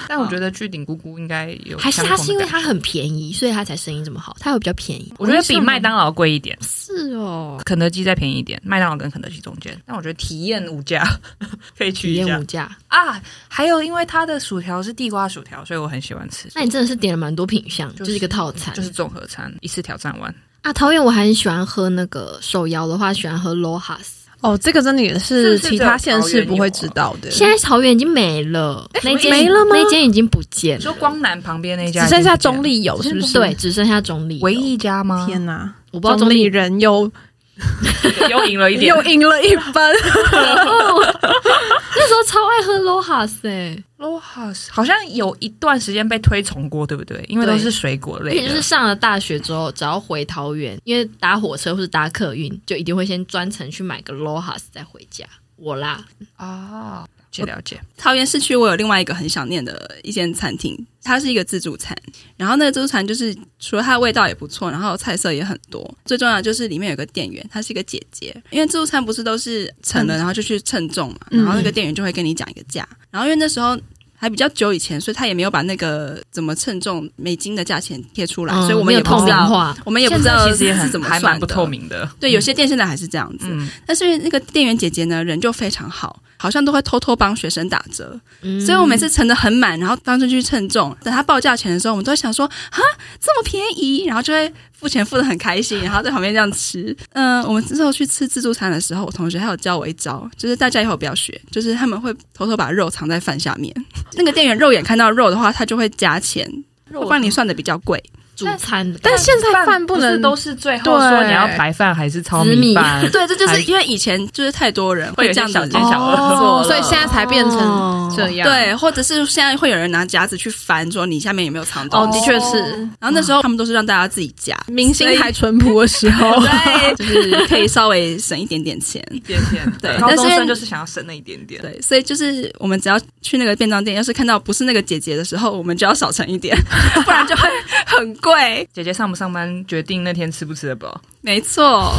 但我觉得去顶咕咕应该有，
还是它是因为它，很便宜，所以它才生意这么好？它有比较便宜，
我觉得比麦当劳贵一点，
是哦，
肯德基再便宜一点，麦当劳跟肯德基中间。但我觉得体验无价， [LAUGHS] 可以去
体
一
验
下
无价。
啊。还有因为它的薯条是地瓜薯条，所以我很喜欢吃，
那你真的是点了蛮多品相，
就
就是是一个套餐。
就是综合餐，一次挑战完。
啊，桃园我还很喜欢喝那个手摇的话，喜欢喝 Lohas。
哦，这个真的也
是是
是其
只有
他县
桃园
市
有啊
不会知道的，
现在桃园已经没了，那间
没了吗
那间已经不见
你
了，
说光南旁边那一家
只剩下中，立有，是不是？
对，，只剩下中立有
唯一一家吗？
天哪，
我不知道
中
中
立
立
人又
[LAUGHS] 又赢了一点，
[LAUGHS] 又赢了一分。
[LAUGHS] 那时候超爱喝 Lohas 哎，
Lohas 好像有一段时间被推崇过，对不对？因为都
对
是水果
而
类
且
的，
就是上了大学之后，只要回桃园，因为搭火车或是搭客运，就一定会先专程去买个 Lohas 再回家。我啦，
啊，去了解。
桃园市区，我有另外一个很想念的一间餐厅，它是一个自助餐。然后那个自助餐就是除了它的味道也不错，然后菜色也很多，最重要的就是里面有个店员，她是一个姐姐。因为自助餐不是都是称了，然后就去称重嘛，然后那个店员就会跟你讲一个价。然后因为那时候。还比较久以前，所以他也没有把那个怎么称重美金的价钱贴出来，
嗯
所以我们
没
也
有
不
透
知
明
道，
化，
我们也不知道
其实也
是
很
怎么
还
算
蛮
的
不透。明的。
对，有些店现在还是这样子，
嗯，
但是那个店员姐姐呢，人就非常好，好像都会偷偷帮学生打折，
嗯
所以我每次称的很满，然后当时去称重，等他报价钱的时候，我们都会想说啊，这么便宜，然后就会付钱付的很开心，然后在旁边这样吃。嗯、我们之后去吃自助餐的时候，我同学还有教我一招，就是大家以后不要学，就是他们会偷偷把肉藏在饭下面。那个店员肉眼看到肉的话，他就会加钱，会帮你算的比较贵。
主餐，
但现在饭不
不是
能
都是最后说
对
你要白饭还是糙米饭？
[LAUGHS] 对，这就是
还
因为以前就是太多人
会有
这样
一些小
子
奸小恶
哦所以现在
但
才变成
哦
这样。
对，或者是现在会有人拿夹子去翻，说你下面有没有藏
哦，
东西。
的确是
然后那时候他们都是让大家自己夹，
明星还淳朴的
[LAUGHS]
时候。
对，哦 [LAUGHS] 就是可以稍微省一点点钱。
一点 [LAUGHS] 点，
对
高中
但是
生就是想要省那一点点。
对，所以就是我们只要去那个便当店，要是看到不是那个姐姐的时候，我们就要少盛一点，不然就会很贵。
姐姐上不上班决定那天吃不吃得饱。
没错，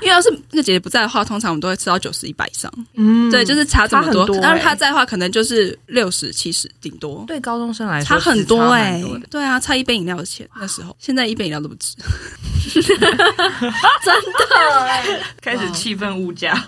因为要是那个姐姐不在的话，通常我们都会吃到九十、一百以上。
嗯
对，就是差这么
差很多欸
当然她在的话，可能就是六十、七十顶多。
对高中生来说
差很多哎、
哎、的
对啊，差一杯饮料的钱那时候，现在一杯饮料都不止。
开始气氛物价，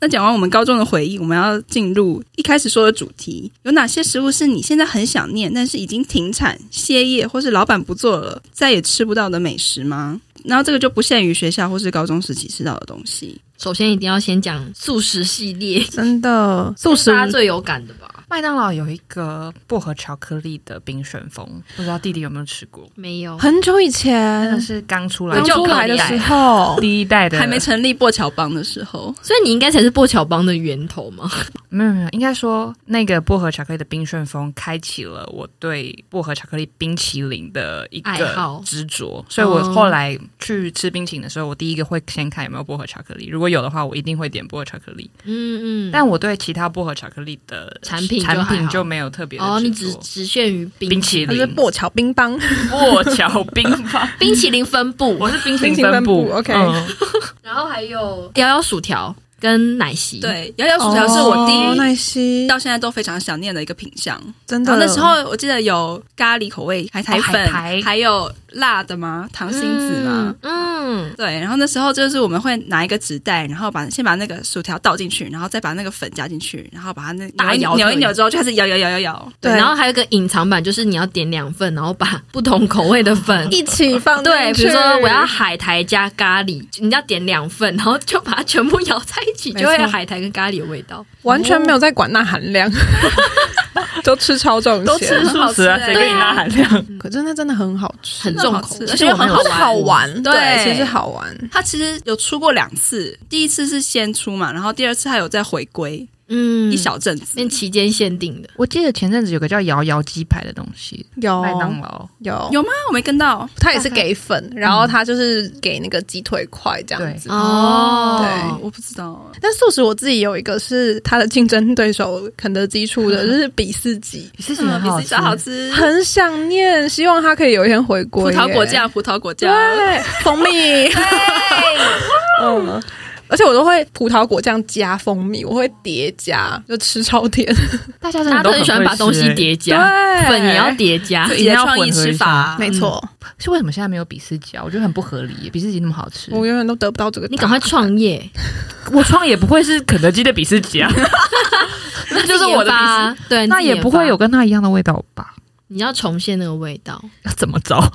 那讲完我们高中的回忆，我们要进入一开始说的主题：有哪些食物是你现在很想念，但是已经停产、歇业，或是老板不做了，再也吃不到的美食吗？然后这个就不限于学校或是高中时期吃到的东西。
首先一定要先讲素食系列，
[LAUGHS]
真的素食
大家最有感的吧？
麦当劳有一个薄荷巧克力的冰旋风，不知道弟弟有没有吃过？
没有，
很久以
真的
前
是刚出来
刚
就
出来的时 [LAUGHS] 候，
第一代的
还没成立薄桥帮的时候，
所以你应该才是薄巧帮的源头嘛。
没有没有，应该说那个薄荷巧克力的冰旋风开启了我对薄荷巧克力冰淇淋的一
爱
个
好
执着，所以我
哦
后来去吃冰淇淋的时候，我第一个会先看有没有薄荷巧克力，如果有的话，我一定会点薄荷巧克力。
嗯嗯，
但我对其他薄荷巧克力的
产品就
产
还
品
好
就没有特别的
哦，你
执
只
着
只限于冰
冰淇
它是
淋、
薄巧冰棒，
薄巧冰棒，
[LAUGHS] 冰淇淋分布，
我是冰淇
冰淇
淋分
淋分
布
布，OK
嗯
然后还有摇摇薯条跟奶昔。，
对，摇摇薯条是我第
哦
一。
奶昔，
到现在都非常想念的一个品相。
真
然后
的
那时候我记得有咖喱口味海苔
哦海
粉，
苔
还有辣的吗？糖心子吗？
嗯，
对，然后那时候就是我们会拿一个纸袋，然后把先把那个薯条倒进去，然后再把那个粉加进去，然后把它那
打
扭一
摇
扭一
可以
扭之后，就开始摇摇摇摇摇。
对，。
然后还有一个隐藏版，就是你要点两份，然后把不同口味的粉
一起放进
对，
去
比如说我要海苔加咖喱，你要点两份，然后就把它全部摇在一起，
没
就
错
会有海苔跟咖喱的味道。
完全没有在管钠含 [LAUGHS] 量，都吃超重
都
咸
吃，素食啊，
很好吃欸
谁跟你拉含量？
可真的真的很好吃，
很重口
很好吃
而且
很
很好玩
好玩，
对
对，其实好玩。
它其实有出过两次，第一次是先出嘛，然后第二次它有再回归、
嗯
一小阵子
变。期间限定的，
我记得前阵子有个叫摇摇鸡排的东西，
有
麦当劳。
有
有吗？我没跟到。
它也是给粉，然后它就是给那个鸡腿块这样子。
哦
对
我不知道。
但素食我自己有一个是它的竞争对手肯德基出 [LAUGHS] 的，就是比斯吉，
比斯吉
嗯，
很
比
好
自
吃，
家好吃。
很想念，希望它可以有一天回
葡
归耶。
萄果酱，葡萄果酱。
[LAUGHS] 对，蜂蜜，嗯。而且我都会葡萄果酱加蜂蜜，我会叠加，就吃超甜。
大家真
大家
的
都
都
很喜欢把东西叠加，
对
粉也要叠加
自。
一
己
定
的
要
创意
混合
吃
一下
法，嗯
没错，
是为什么现在没有比斯吉啊？我觉得很不合理，比斯吉那么好吃，
我永远都得不到这个答案。
你赶快创业，
我创也不会是肯德基的比斯吉啊，
那
就是我的
吧？对，
那也不会有
你自己研发，
跟它一样的味道吧？
你要重现那个味道。
要怎么找？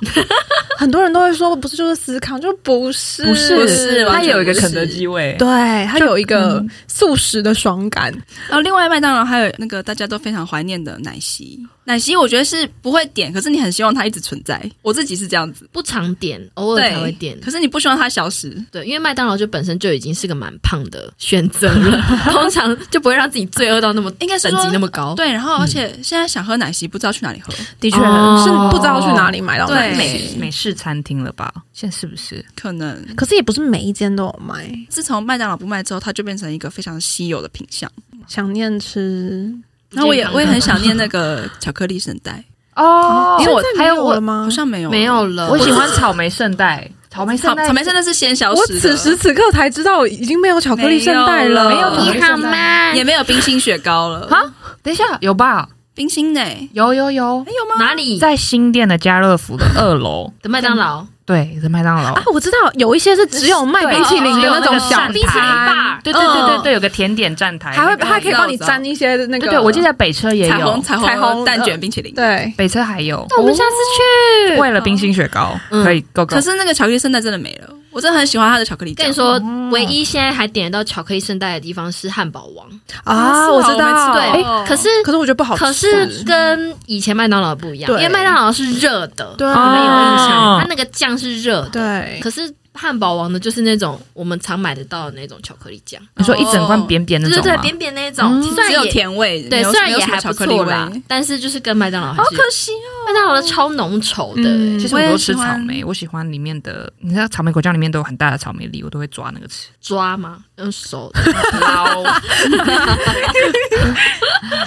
很多人都会说，不是就是思康，就不是
[LAUGHS] 不
不是
它
完全
有一个
不是
肯德基味，
对，它有一个
嗯
素食的爽感，
然后呃另外麦当劳还有那个大家都非常怀念的奶昔，奶昔我觉得是不会点，可是你很希望它一直存在。我自己是这样子，
不常点，偶尔
对，
才会点。
可是你不希望它消失。
对，因为麦当劳就本身就已经是个蛮胖的选择了，通常就不会让自己罪恶到那么
应该是
等
说
级那么高。
对，然后而且现在想喝奶昔，不知道去哪里喝，
的确
哦
是不知道去哪里买到奶
哦
对
昔，
美式餐厅了吧？现在是不是？
可能
可是也不是每一间都有卖。
自从麦当劳不卖之后，它就变成一个非常稀有的品相。
想念吃
然后我也
不健康的
我也很想念 [LAUGHS] 那个巧克力圣代，
哦因为我
现在
还
没
有
有了
我，
吗
好？像啊没有，
没有。了。
我喜欢草莓圣代，呃草莓
草
圣代，
草莓圣代是先消
我
失的，
此时此刻才知道，已经没有巧克力圣代
没有
了，
了没有巧克
力圣代
吗
也没有冰心雪糕了。
啊，等一下有吧？
冰心奶
有有有，
还有吗？
哪里
在新店的家乐福的二楼，
的麦当劳？
对，是麦当劳
啊，我知道有一些是只有卖
对哦
冰淇淋的
只有
那种
个
小哦
站
冰淇
台
淋吧
对对对对
嗯
对，有个甜点站台，
还会
那个
它可以帮你沾一些那个，
对对，我记得北车也
彩虹
有，
彩虹呃
彩虹
蛋卷冰淇淋。，
对。
北车还有。
那我们下次去。
为了冰心雪糕，
嗯
可以 go go
可。是那个巧克力圣代真的没了，我真的很喜欢它的巧克力酱。
跟你说，唯一现在还点得到巧克力圣代的地方是汉堡王。
啊，
是
我
哦
知
我没吃
道，
过
哎
对
哦，
可是
可是我觉得不好吃，
可是跟以前麦当劳不一样，因
对
为麦当劳是热的，
对
你们有印象？
哦
它那个酱是热的，
对，
可是汉堡王呢，就是那种我们常买得到的那种巧克力酱，
你说一整罐扁扁那
对
种
对
吗？
对，扁扁那种，哦虽然
只有
也
甜味，
对，
没有
虽然
没有
也
什么
还
巧
不
克力
错啦
味，，
但是就是跟麦当劳还
好
是
可惜哦。
麦当劳的超浓稠的
嗯
欸，
其
其
实
我
我
也
都
喜
吃草
欢
莓，我喜欢里面的，你知道草莓果酱里面都有很大的草莓粒，我都会抓那个 [LAUGHS] 吃。
抓吗？用手的
好，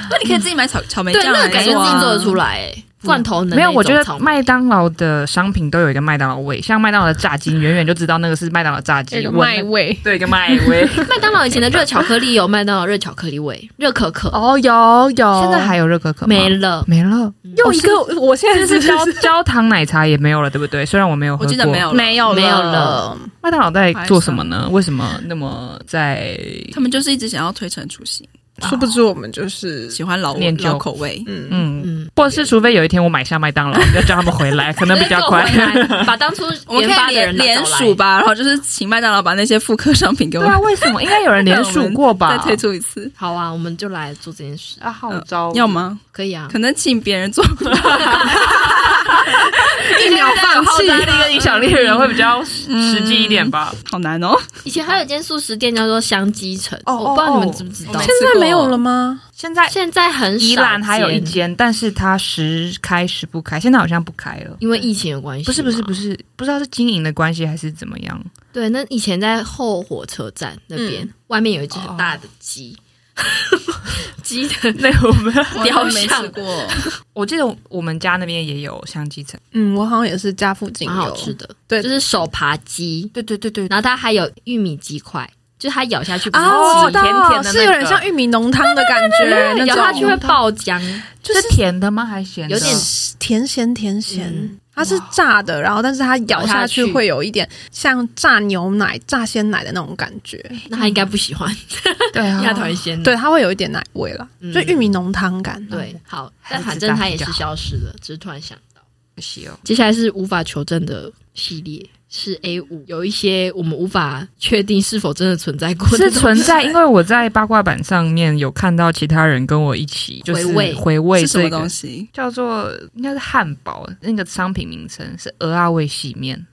那你可以自己买草草莓
对，
酱
那
来
个感觉
做
自己
啊
做得出来欸，罐头能
没有，我觉得麦当劳的商品都有一个麦当劳味，像麦当劳的炸鸡，远远就知道那个是麦当劳炸鸡，
有个
闻
麦味。
对一个麦 [LAUGHS] 味。
麦当劳以前的热巧克力有麦当劳热巧克力味，热可可
哦，有有，
现在还有热可可吗
没了，
没了，
又一个，我现在
但 [LAUGHS] 是
是
焦焦糖奶茶也没有了，对不对？虽然我没有喝
我
过，
记得没有了，
没有
没有了，
麦当劳在做什么呢？为什么那么在
他们就是一直想要推陈出新，
殊不知我们就是
喜欢老
念旧
老口味。
嗯
嗯？
嗯，
或者是除非有一天我买下麦当劳，要叫他们回 [LAUGHS] 来，可能比较快。
就是够回 [LAUGHS] 来把当初
我们
研
可
发
以联
的人拿
联
走来
署吧，然后就是请麦当劳把那些复刻商品给我
对啊，为什么？应该有人连署过
再
吧？
推出一次，
好啊，我们就来做这件事，
啊，号召
要？吗？
可以啊。
可能请别人做，
一秒放
[LAUGHS]
弃，
那个影响力的人会比较实际一点吧。
好难哦。
以前还有一间素食店叫做香鸡城，
哦
我不知道你们知不知道
哦
现，在没有了吗？
现在
现在很少。
宜兰还有一，间，但是它时开时不开，现在好像不开了。
因为疫情的关系，
不是不是
是，
不是，不知道是经营的关系还是怎么样。
对，那以前在后火车站那
嗯
边，外面有一只很大的
[LAUGHS]
鸡，鸡的
哦那我们
雕
我没
像
吃过，
我记得我们家那边也有香鸡城，
嗯，我好像也是家附近
蛮好吃
有，
的，
对
就是手扒鸡，
对对对对，
然后它还有玉米鸡块，就是它咬下去不是
啊，我
鸡
知道，
甜甜的那个
是有点像玉米浓汤的感觉，那
咬
种
下去会爆浆，
嗯
就是
是甜的吗？还是咸的？
有点
甜咸甜咸。
嗯
它是炸的，然后但是它咬下
咬
去
下去
会有一点像炸牛奶、炸鲜奶的那种感觉，
那它应该不喜欢，
对
因
啊
为它讨厌鲜奶。
对，它会有一点奶味啦，
嗯
就玉米浓汤感。
对，好，
还
但
是
反
吃
正
大
它
便
也是
就好
消失了，只是突然想到。
可惜哦。
接下来是无法求证的系列，是 A 五，有一些我们无法确定是否真的存在过的
是
东西，
存在，因为我在八卦版上面有看到其他人跟我一起就是
回味
回味
是什么
这个
东西？
叫做应该是汉堡那个商品名称是鹅啊味细面，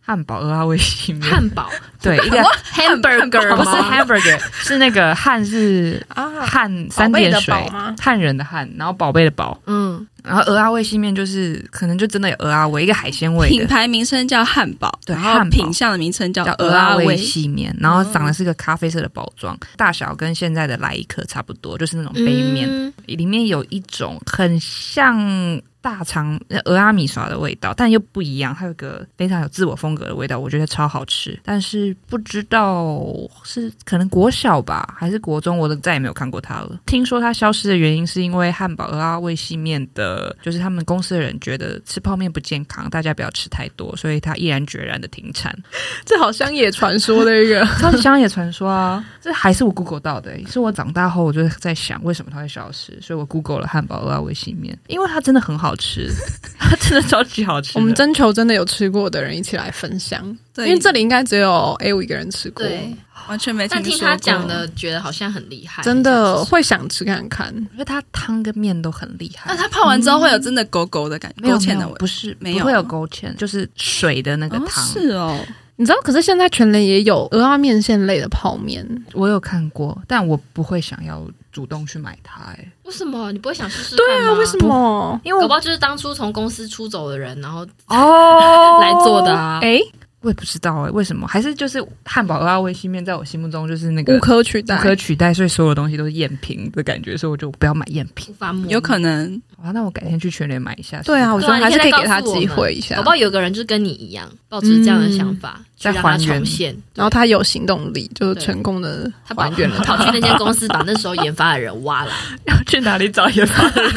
汉堡鹅啊味细面，
汉堡
对一个
hamburger
不是
吗？
hamburger 是那个汉是
啊，
汉三
贝
点
的
水
宝吗 [LAUGHS]
汉人的汉，然后宝贝的宝，
嗯，
然后鹅啊味细面就是可能就真的有鹅啊味一个海鲜味
品
的。
牌名称叫汉堡，
对
然后
汉堡
品相的名称叫
叫
鹅
鹅
阿
啊味
味，
细面，然后长的是个咖啡色的包装，大小跟现在的来一克差不多，就是那种哦杯面，
嗯
里面有一种很像大肠呃鹅阿米耍的味道，但又不一样，它有个非常有自我风格的味道，我觉得超好吃。但是不知道是可能国小吧，还是国中，我都再也没有看过它了。听说它消失的原因是因为汉堡鹅阿味细面的，就是他们公司的人觉得吃泡面不健康，大家不要吃太多，所以它毅然决然的停产。
这好像也传说的 [LAUGHS] 一个，
超级乡野传说 [LAUGHS] 啊，这还是我 Google 到的欸、是我长大后我就在想为什么它会消失，所以我 Google 了汉堡鹅啊味细面，因为它真的很好吃， [LAUGHS] 它真的超级好吃的。
我们征求真的有吃过的人一起来分享，因
对
为这里应该只有 A 五一个人吃过，
对，
完全没
但
听
听
说
他
过
讲的，觉得好像很厉害，
真的
很想吃
会想吃看看。
因为它汤跟面都很厉害
那。它泡完之后会有真的狗狗的感
嗯
觉，
没有
勾芡
没
的
有
味，
不是
没有
不会有勾芡，就是水的那个
哦
汤。
是哦，
你知道，可是现在全联也有鹅啊面线类的泡面，
我有看过，但我不会想要主动去买它、欸，
为什么你不会想试试
对
看
啊，
吗？
为什么？
因为
搞不
我
好就是当初从公司出走的人，然后
哦
来做的啊
哎，
我也不知道哎、为什么？还是就是汉堡拉味西面在我心目中就是那个
无可取
无
代。
可取代，所以所有东西都是赝品的感觉，所以我就不要买赝品。
无法摸
有
[LAUGHS]
可能
好啊，那我改天去全联买一下。
对啊，我
试
觉
试看
得还是可以
对啊
给
你现在
他
告诉我们
机会一下
搞，不好有个人就是跟你一样，抱持这样的想法，去
再
让他
还原
重现。
然后他有行动力，就是
对
成功的
他跑
还原了
跑去那间公司，把那时候研发的人挖来。
要 [LAUGHS] 去哪里找研发的 [LAUGHS] 人？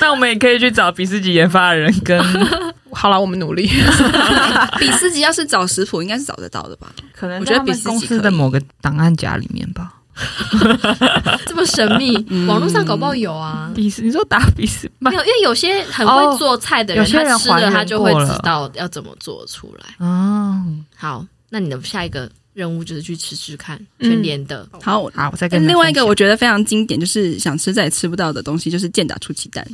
那我们也可以去找比斯吉研发的人跟，
好了，我们努力。
比斯吉要是找食谱，应该是找得到的吧？
[LAUGHS] 可能
我觉
在
得
他们
比斯吉
公司
可以
的某个档案夹里面吧。
这么神秘，
嗯
网络上搞不好有啊。
比斯，你说打比斯麦
没有，因为有些很会做菜的人，
哦有些人
他吃了他就会
还原过
知
了
道要怎么做出
[LAUGHS]
来。
哦，
好，那你的下一个任务就是去吃吃看
嗯
全联的，
好，
好，我再跟
但
你们
另外一个
分
我觉得非常经典，就是想吃再也吃不到的东西，就是健达出奇蛋。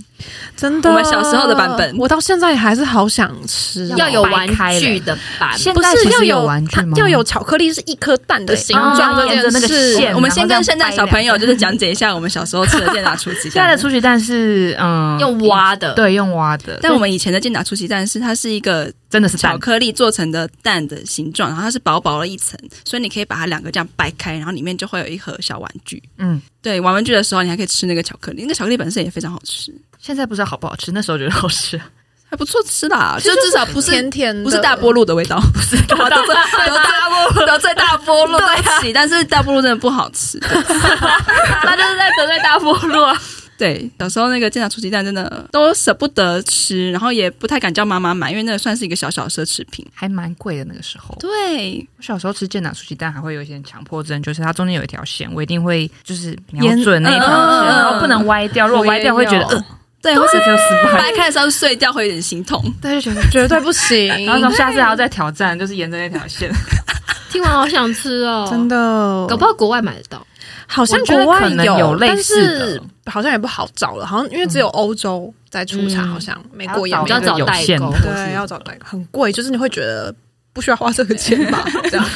真的，
我们小时候的版本
我到现在还是好想吃哦，
要有
掰
玩
开了
具的版
现
不
在
是
其
要
实有
有
玩具
它
吗
要有巧克力是一颗蛋的
对
形状这
哦沿着那
件
个
事，
线
我们先
然
跟
后这样
现在
掰
小
两
朋友就是讲解一下我们小时候吃的健达出奇
[LAUGHS] 现在
蛋
的。出奇蛋是嗯
本，用挖的，，
对用挖的，
但我们以前的健达出奇蛋是它是一个
真的是
巧
蛋
克力做成的蛋的形状，然后它是薄薄的一层，所以你可以把它两个这样掰开，然后里面就会有一盒小玩具。
嗯，
对，玩玩具的时候你还可以吃那个巧克力，那个巧克力本身也非常好吃，
现在不知道好不好吃，那时候觉得好吃。
还不错吃啦，就
就
至少不是
甜甜的，
不是大波路的味道，不是得罪大波路得罪大波路 [LAUGHS]
啊
对不起，但是大波路真的不好吃。
那就是在得罪大波落。
对，小时候那个煎炸出鸡蛋真的都舍不得吃，然后也不太敢叫妈妈买，因为那个算是一个小小的奢侈品。
[LAUGHS] 还蛮贵的那个时候。
对，
我小时候吃健达出奇蛋还会有一些强迫症，就是它中间有一条线，我一定会就是瞄
沿
准那一条线，
嗯
然后不能歪掉，如果歪掉会觉得呃，
对，
我
或
是
是
只有失败，
掰开的时候碎掉会有点心痛。
对，就觉得。
绝对不行，
[LAUGHS] 然后从下次还要再挑战，就是沿着那条线。
[LAUGHS] 听完好想吃哦，
真。的
搞不好国外买得到，
好像
我觉得
国外
可能有类似的
但是好像也不好找了，好像因为只有欧洲在出产，
嗯
好像美国也
还
没
要
你要
有。
找
有
代
限
购，
的
对，要找代购很贵，就是你会觉得不需要花这个钱
[LAUGHS]
吧？这样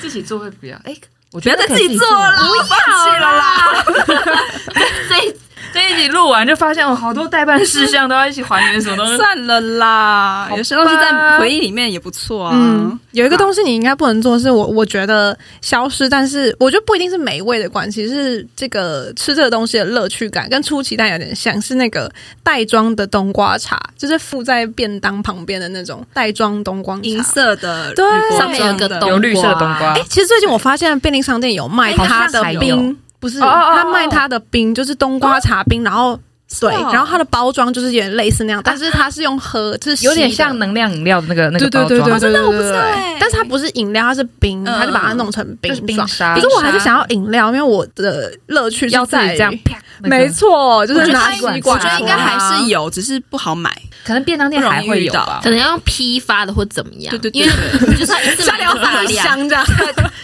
自己做会比较哎，我
不
觉
要
得
再
可
自
以
己做了，
做。
我放弃了啦。
所以
这一集录完就发现我好多代办事项都要一起还原什么东 [LAUGHS] 西。
算了啦，有些东西在回忆里面也不错啊。
嗯，有一个东西你应该不能做，是我我觉得消失，但是我觉得不一定是美味的关系，是这个吃这个东西的乐趣感，跟出奇蛋有点像，是那个袋装的冬瓜茶，就是附在便当旁边的那种袋装冬瓜茶。
银色的
对
铝箔
上面有
装
个
的
洞
有绿色的冬瓜
哎、，其实最近我发现便利商店有卖
好像
它的
还有
冰，不是
哦哦哦
它卖它的冰，就是冬瓜茶冰，然后对，
哦
然后它的包装就是有点类似那样，但是它是用喝，就是
有点
吸的
像能量饮料的那个哦那
对
个
对
包
对对
装，啊
对对对
知道欸
对，但是它不是饮料，它是冰，
嗯
它就把它弄成冰
就是冰
爽。
沙。
可是我还是想要饮料，因为我的乐趣是
要自己
在于
这样，啪，那个
没错，就
我
是
觉得
拿
它
吸
管
管
我觉得应该还是有，只是不好买。
可能便当店还会有吧
[LAUGHS] 可。能要用批发的或怎么样，
对对对
因为就是要 [LAUGHS] 一次买
要
大
很
量，
香这样，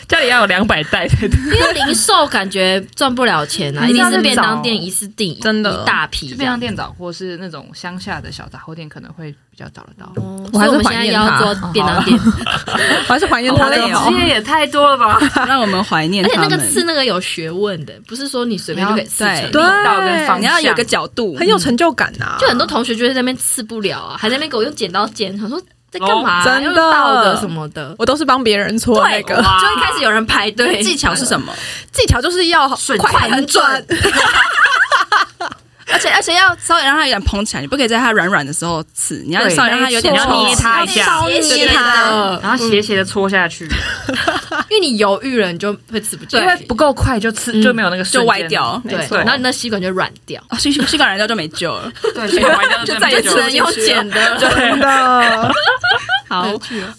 家里要有两百 [LAUGHS] 袋，对对，
因为零售感觉赚不了钱啊，
嗯
一定是便当店一次订一
真的
一大批这
便当
样。
店找或是那种乡下的小杂货店，可能会比较找得到。
哦
我还是
所以们
怀
现在
念
要
它哦
做便当店，
我还是怀念它
好
的
累
哦
哦。
也太多了吧？
让我们怀念
而且
他
那
们。
个吃那个有学问的，不是说你随便就可以吃
然后
成。
对
道跟方
你要有个角度，嗯
很有成就感啊呐，
就很多同学就在那边吃不了啊，还在那边给我用剪刀剪，想说在干嘛、啊
哦真的
用倒的什么的。
我都是帮别人搓那个
就一开始有人排队，
技巧是什么？
技巧，就是要快很准，
而且而且要稍微让它有点蓬起来，你不可以在它软软的时候刺，你要
对
稍微让它有点
没错
蓬
你要
[LAUGHS]
捏它一下
稍
捏
捏它。
它，
[LAUGHS] 然后斜斜的戳下去，
因为你犹豫了，你就会吃不进
因
去，
为不够快就吃
嗯
就没有那个瞬间
就歪掉
没
对，
错，
然后你那吸管就软掉，
哦，吸吸管人家就没救了。
对，血管歪掉
就再也
没
吃
有
不
了
进去了
的。
真的，
好，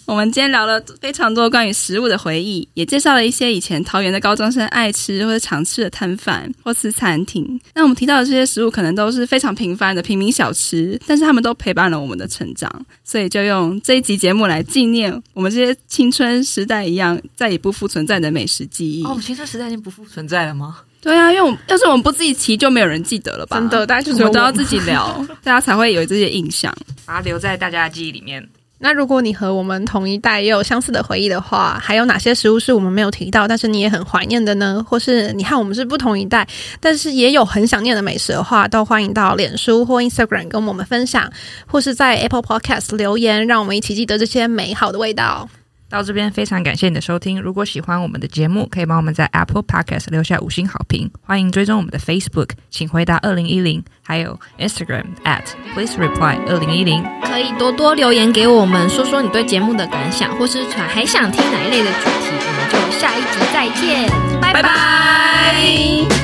我们今天聊了非常多关于食物的回忆，也介绍了一些以前桃园的高中生爱吃或者常吃的摊贩或是餐厅。那我们提到的这些食物，可能都是非常平凡的平民小吃，但是他们都陪伴了我们的成长，所以就用这一集节目来纪念我们这些青春时代一样再也不复存在的美食记忆。
哦，我们青春时代已经不复存在了吗？
对啊，因为我们要是我们不自己提，就没有人记得了吧？
真的大家就
我
只有
们都
我
要自己聊，大家才会有这些印象。
把它留在大家的记忆里面。
那如果你和我们同一代也有相似的回忆的话，还有哪些食物是我们没有提到，但是你也很怀念的呢？或是你和我们是不同一代，但是也有很想念的美食的话，都欢迎到脸书或 Instagram 跟我们分享，或是在 Apple Podcast 留言，让我们一起记得这些美好的味道。
到这边非常感谢你的收听。如果喜欢我们的节目，可以帮我们在 Apple Podcast 留下五星好评。欢迎追踪我们的 Facebook，请回答二零一零，还有 Instagram at please reply 二零一零。
可以多多留言给我们，说说你对节目的感想，或是还想听哪一类的主题，我们就下一集再见，拜拜